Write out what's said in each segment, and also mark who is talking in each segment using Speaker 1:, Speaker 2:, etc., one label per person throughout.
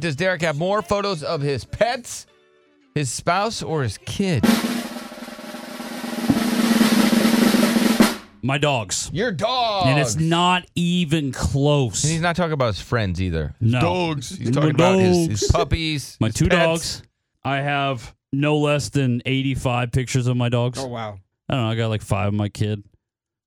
Speaker 1: Does Derek have more photos of his pets, his spouse, or his kid?
Speaker 2: My dogs.
Speaker 1: Your dog.
Speaker 2: And it's not even close.
Speaker 1: And he's not talking about his friends either.
Speaker 2: no.
Speaker 3: Dogs. He's
Speaker 2: My
Speaker 3: talking about his,
Speaker 2: dogs.
Speaker 3: his pup.
Speaker 1: Puppies.
Speaker 2: My
Speaker 1: his
Speaker 2: two
Speaker 1: pets.
Speaker 2: dogs. I have no less than 85 pictures of my dogs.
Speaker 4: Oh wow.
Speaker 2: I don't know. I got like five of my kid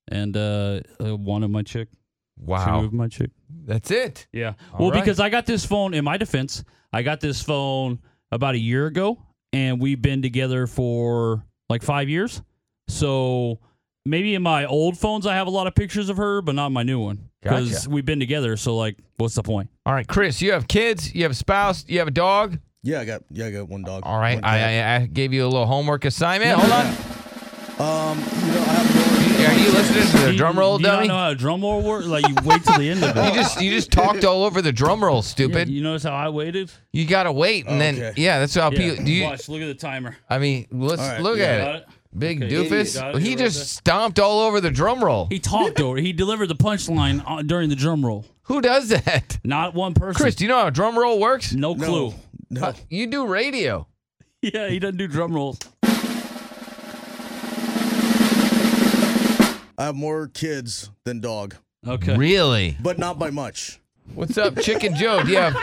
Speaker 2: and uh, uh, one of my chick, two
Speaker 1: Wow.
Speaker 2: of my chick.
Speaker 1: That's it.
Speaker 2: Yeah.
Speaker 1: All
Speaker 2: well,
Speaker 1: right.
Speaker 2: because I got this phone, in my defense, I got this phone about a year ago, and we've been together for like five years. So maybe in my old phones, I have a lot of pictures of her, but not my new one because
Speaker 1: Gotcha.
Speaker 2: we've been together. So, like, what's the point?
Speaker 1: All right, Chris, you have kids, you have a spouse, you have a dog.
Speaker 4: Yeah, I got yeah, I got one dog.
Speaker 1: All right,
Speaker 4: one cat.
Speaker 1: I, I, I gave you a little homework assignment. Hold on.
Speaker 4: Um, you know, I have
Speaker 1: Are you listening to the
Speaker 2: Do you-
Speaker 1: drum roll,
Speaker 2: do you not
Speaker 1: dummy?
Speaker 2: know how a drum roll works? Like, you wait till the end of it.
Speaker 1: You just you just talked all over the drum roll,
Speaker 2: Yeah,
Speaker 1: stupid.
Speaker 2: you notice how I waited?
Speaker 1: You gotta wait, and then
Speaker 4: Okay.
Speaker 1: yeah, that's how
Speaker 2: Yeah.
Speaker 1: people. Do you,
Speaker 2: Watch, look at the timer.
Speaker 1: I mean, let's
Speaker 4: All right,
Speaker 1: look
Speaker 4: yeah.
Speaker 1: at
Speaker 2: Got
Speaker 1: it.
Speaker 2: it?
Speaker 1: Big
Speaker 2: Okay,
Speaker 1: doofus.
Speaker 2: idiot. Got it
Speaker 1: he
Speaker 2: right
Speaker 1: just
Speaker 2: there.
Speaker 1: stomped all over the drum roll.
Speaker 2: He talked over. He delivered the punchline on- during the drum roll.
Speaker 1: Who does that?
Speaker 2: Not one person.
Speaker 1: Chris, do you know how a drum roll works?
Speaker 2: no
Speaker 4: no,
Speaker 2: clue.
Speaker 4: No,
Speaker 1: Uh, You do radio.
Speaker 2: Yeah, he doesn't do drum rolls.
Speaker 4: I have more kids than dog,
Speaker 2: Okay.
Speaker 1: Really?
Speaker 4: but not by much.
Speaker 1: What's up, Chicken Joe? Do you have?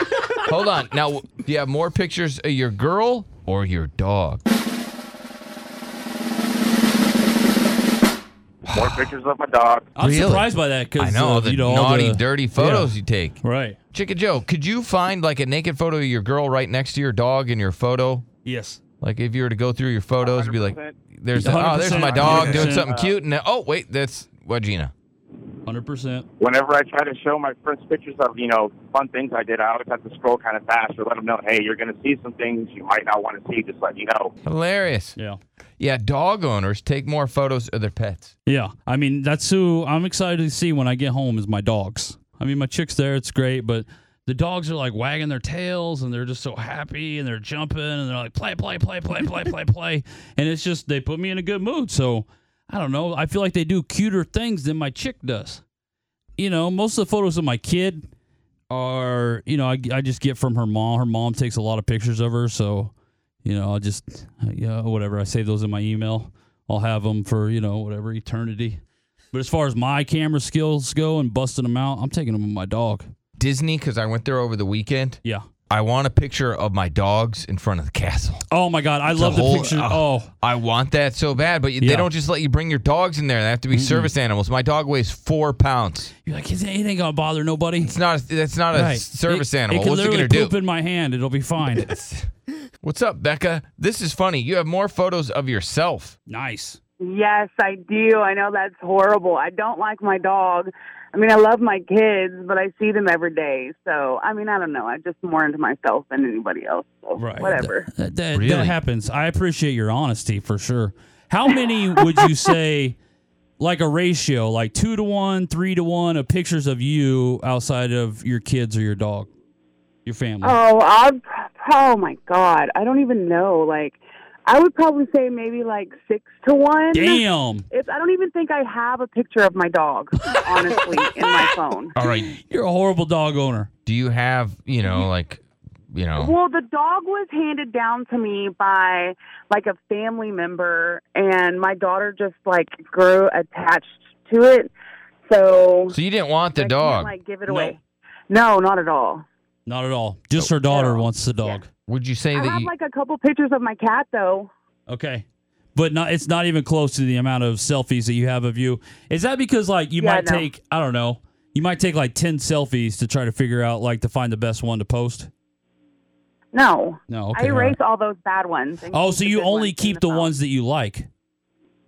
Speaker 1: Hold on. Now, do you have more pictures of your girl or your dog?
Speaker 5: More pictures of my dog.
Speaker 2: I'm
Speaker 1: Really?
Speaker 2: surprised by that because
Speaker 1: I know
Speaker 2: uh,
Speaker 1: the
Speaker 2: you know, all
Speaker 1: naughty,
Speaker 2: the-
Speaker 1: dirty photos you take.
Speaker 2: Right.
Speaker 1: Chicken Joe, could you find like a naked photo of your girl right next to your dog in your photo?
Speaker 2: Yes.
Speaker 1: Like if you were to go through your photos, and be like,
Speaker 5: 100%.
Speaker 1: "There's oh, there's my
Speaker 2: 100%.
Speaker 1: dog doing something
Speaker 2: 100%.
Speaker 1: cute," and then, oh wait, that's Wagina.
Speaker 2: Hundred percent.
Speaker 5: Whenever I try to show my friends pictures of, you know, fun things I did, I always have to scroll kind of fast to let them know, hey, you're going to see some things you might not want to see. Just let you know.
Speaker 1: Hilarious.
Speaker 2: Yeah.
Speaker 1: Yeah, dog owners take more photos of their pets.
Speaker 2: Yeah. I mean, that's who I'm excited to see when I get home is my dogs. I mean, my chick's there. It's great, but the dogs are like wagging their tails and they're just so happy and they're jumping and they're like play, play, play, play, play, play, play, and it's just they put me in a good mood. So I don't know. I feel like they do cuter things than my chick does. You know, most of the photos of my kid are you know I, I just get from her mom. Her mom takes a lot of pictures of her, so you know I'll just yeah whatever. I save those in my email. I'll have them for you know whatever eternity. But as far as my camera skills go and busting them out, I'm taking them with my dog.
Speaker 1: Disney, because I went there over the weekend.
Speaker 2: Yeah.
Speaker 1: I want a picture of my dogs in front of the castle.
Speaker 2: Oh my God, I love the
Speaker 1: whole-
Speaker 2: picture.
Speaker 1: oh.
Speaker 2: Oh,
Speaker 1: I want that so bad, but they
Speaker 2: Yeah.
Speaker 1: don't just let you bring your dogs in there. They have to be service animals. My dog weighs four pounds.
Speaker 2: you're like it ain't gonna bother nobody.
Speaker 1: It's not. A, that's not a service
Speaker 2: It-
Speaker 1: animal.
Speaker 2: It can
Speaker 1: What's it
Speaker 2: literally
Speaker 1: gonna do?
Speaker 2: poop in my hand. It'll be fine.
Speaker 1: What's up, Becca? This is funny. You have more photos of yourself.
Speaker 2: nice.
Speaker 6: Yes, I do. I know that's horrible. I don't like my dog. I mean, I love my kids, but I see them every day. So, I mean, I don't know. I'm just more into myself than anybody else. So,
Speaker 2: Right. uh,
Speaker 6: Whatever.
Speaker 2: That, that,
Speaker 1: Really?
Speaker 2: that happens. I appreciate your honesty for sure. How many would you say, like a ratio, like two to one, three to one, of pictures of you outside of your kids or your dog, your family?
Speaker 6: Oh, I'll, oh my God. I don't even know. Like, I would probably say maybe like six to one.
Speaker 2: Damn,
Speaker 6: It's, I don't even think I have a picture of my dog, honestly, in my phone.
Speaker 1: All right.
Speaker 2: you're a horrible dog owner.
Speaker 1: Do you have you know like you know?
Speaker 6: Well, the dog was handed down to me by like a family member, and my daughter just like grew attached to it. So,
Speaker 1: So you didn't want
Speaker 6: I
Speaker 1: the
Speaker 6: can't,
Speaker 1: dog.
Speaker 6: like give it away. No, not at all.
Speaker 2: Not at all. Just her daughter wants the dog.
Speaker 1: Would you say
Speaker 6: I
Speaker 1: that
Speaker 6: have
Speaker 1: you?
Speaker 6: like a couple pictures of my cat though.
Speaker 2: Okay. But not, it's not even close to the amount of selfies that you have of you. Is that because like you
Speaker 6: Yeah,
Speaker 2: might
Speaker 6: no.
Speaker 2: take I don't know you might take like ten selfies to try to figure out like to find the best one to post?
Speaker 6: No,
Speaker 2: No, okay,
Speaker 6: I
Speaker 2: all right.
Speaker 6: erase all those bad ones. and
Speaker 2: Oh,
Speaker 6: keep
Speaker 2: so
Speaker 6: the
Speaker 2: you
Speaker 6: good
Speaker 2: only
Speaker 6: ones in
Speaker 2: keep the
Speaker 6: phone.
Speaker 2: ones that you like.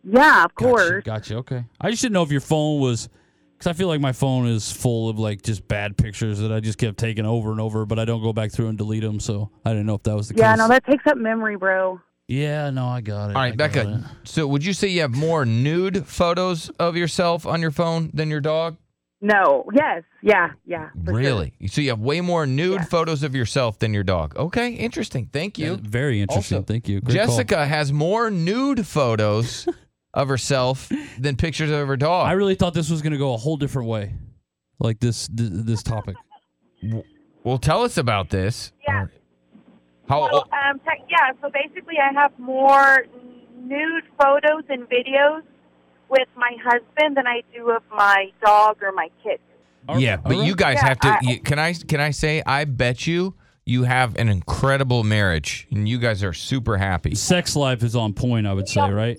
Speaker 6: Yeah, of
Speaker 2: Gotcha,
Speaker 6: course.
Speaker 2: Gotcha. Okay. I just didn't know if your phone was, because I feel like my phone is full of like just bad pictures that I just kept taking over and over, but I don't go back through and delete them. So I didn't know if that was the
Speaker 6: Yeah,
Speaker 2: case.
Speaker 6: no, that takes up memory, bro.
Speaker 2: yeah, no, I got it.
Speaker 1: all
Speaker 2: I
Speaker 1: right,
Speaker 2: got
Speaker 1: Becca.
Speaker 2: it.
Speaker 1: So would you say you have more nude photos of yourself on your phone than your dog?
Speaker 6: No, yes, yeah, yeah. for sure.
Speaker 1: Really? So you have way more nude photos of yourself than your dog. Okay, interesting. Thank you.
Speaker 2: Very interesting.
Speaker 1: Also,
Speaker 2: Thank you. Great call.
Speaker 1: Jessica has more nude photos of herself than pictures of her dog.
Speaker 2: I really thought this was going to go a whole different way, like this th- this topic.
Speaker 1: Well, tell us about this.
Speaker 3: Yeah.
Speaker 1: Or- How?
Speaker 3: So, um, tech, yeah, so basically, I have more nude photos and videos with my husband than I do of my dog or my kids.
Speaker 2: All right,
Speaker 1: yeah,
Speaker 2: all
Speaker 1: but
Speaker 2: right.
Speaker 1: you guys
Speaker 3: Yeah,
Speaker 1: have to.
Speaker 3: I-
Speaker 1: you, can I? Can I say? I bet you you have an incredible marriage, and you guys are super happy.
Speaker 2: Sex life is on point, I would say, right?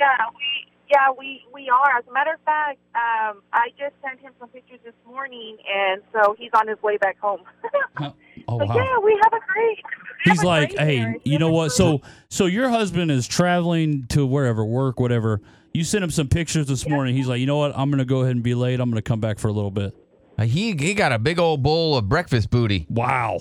Speaker 3: Yeah, we yeah we we are. As a matter of fact, um, I just sent him some pictures this morning, and so he's on his way back home.
Speaker 2: Huh. Oh
Speaker 3: But
Speaker 2: wow.
Speaker 3: yeah, we have a great. we
Speaker 2: He's
Speaker 3: have a
Speaker 2: like,
Speaker 3: great
Speaker 2: hey,
Speaker 3: marriage. We
Speaker 2: you
Speaker 3: have
Speaker 2: know
Speaker 3: a
Speaker 2: what?
Speaker 3: great-
Speaker 2: So, so your husband is traveling to wherever, work, whatever. You sent him some pictures this morning. He's like, you know what? I'm gonna go ahead and be late. I'm gonna come back for a little bit.
Speaker 1: Uh, He he got a big old bowl of breakfast booty.
Speaker 2: Wow.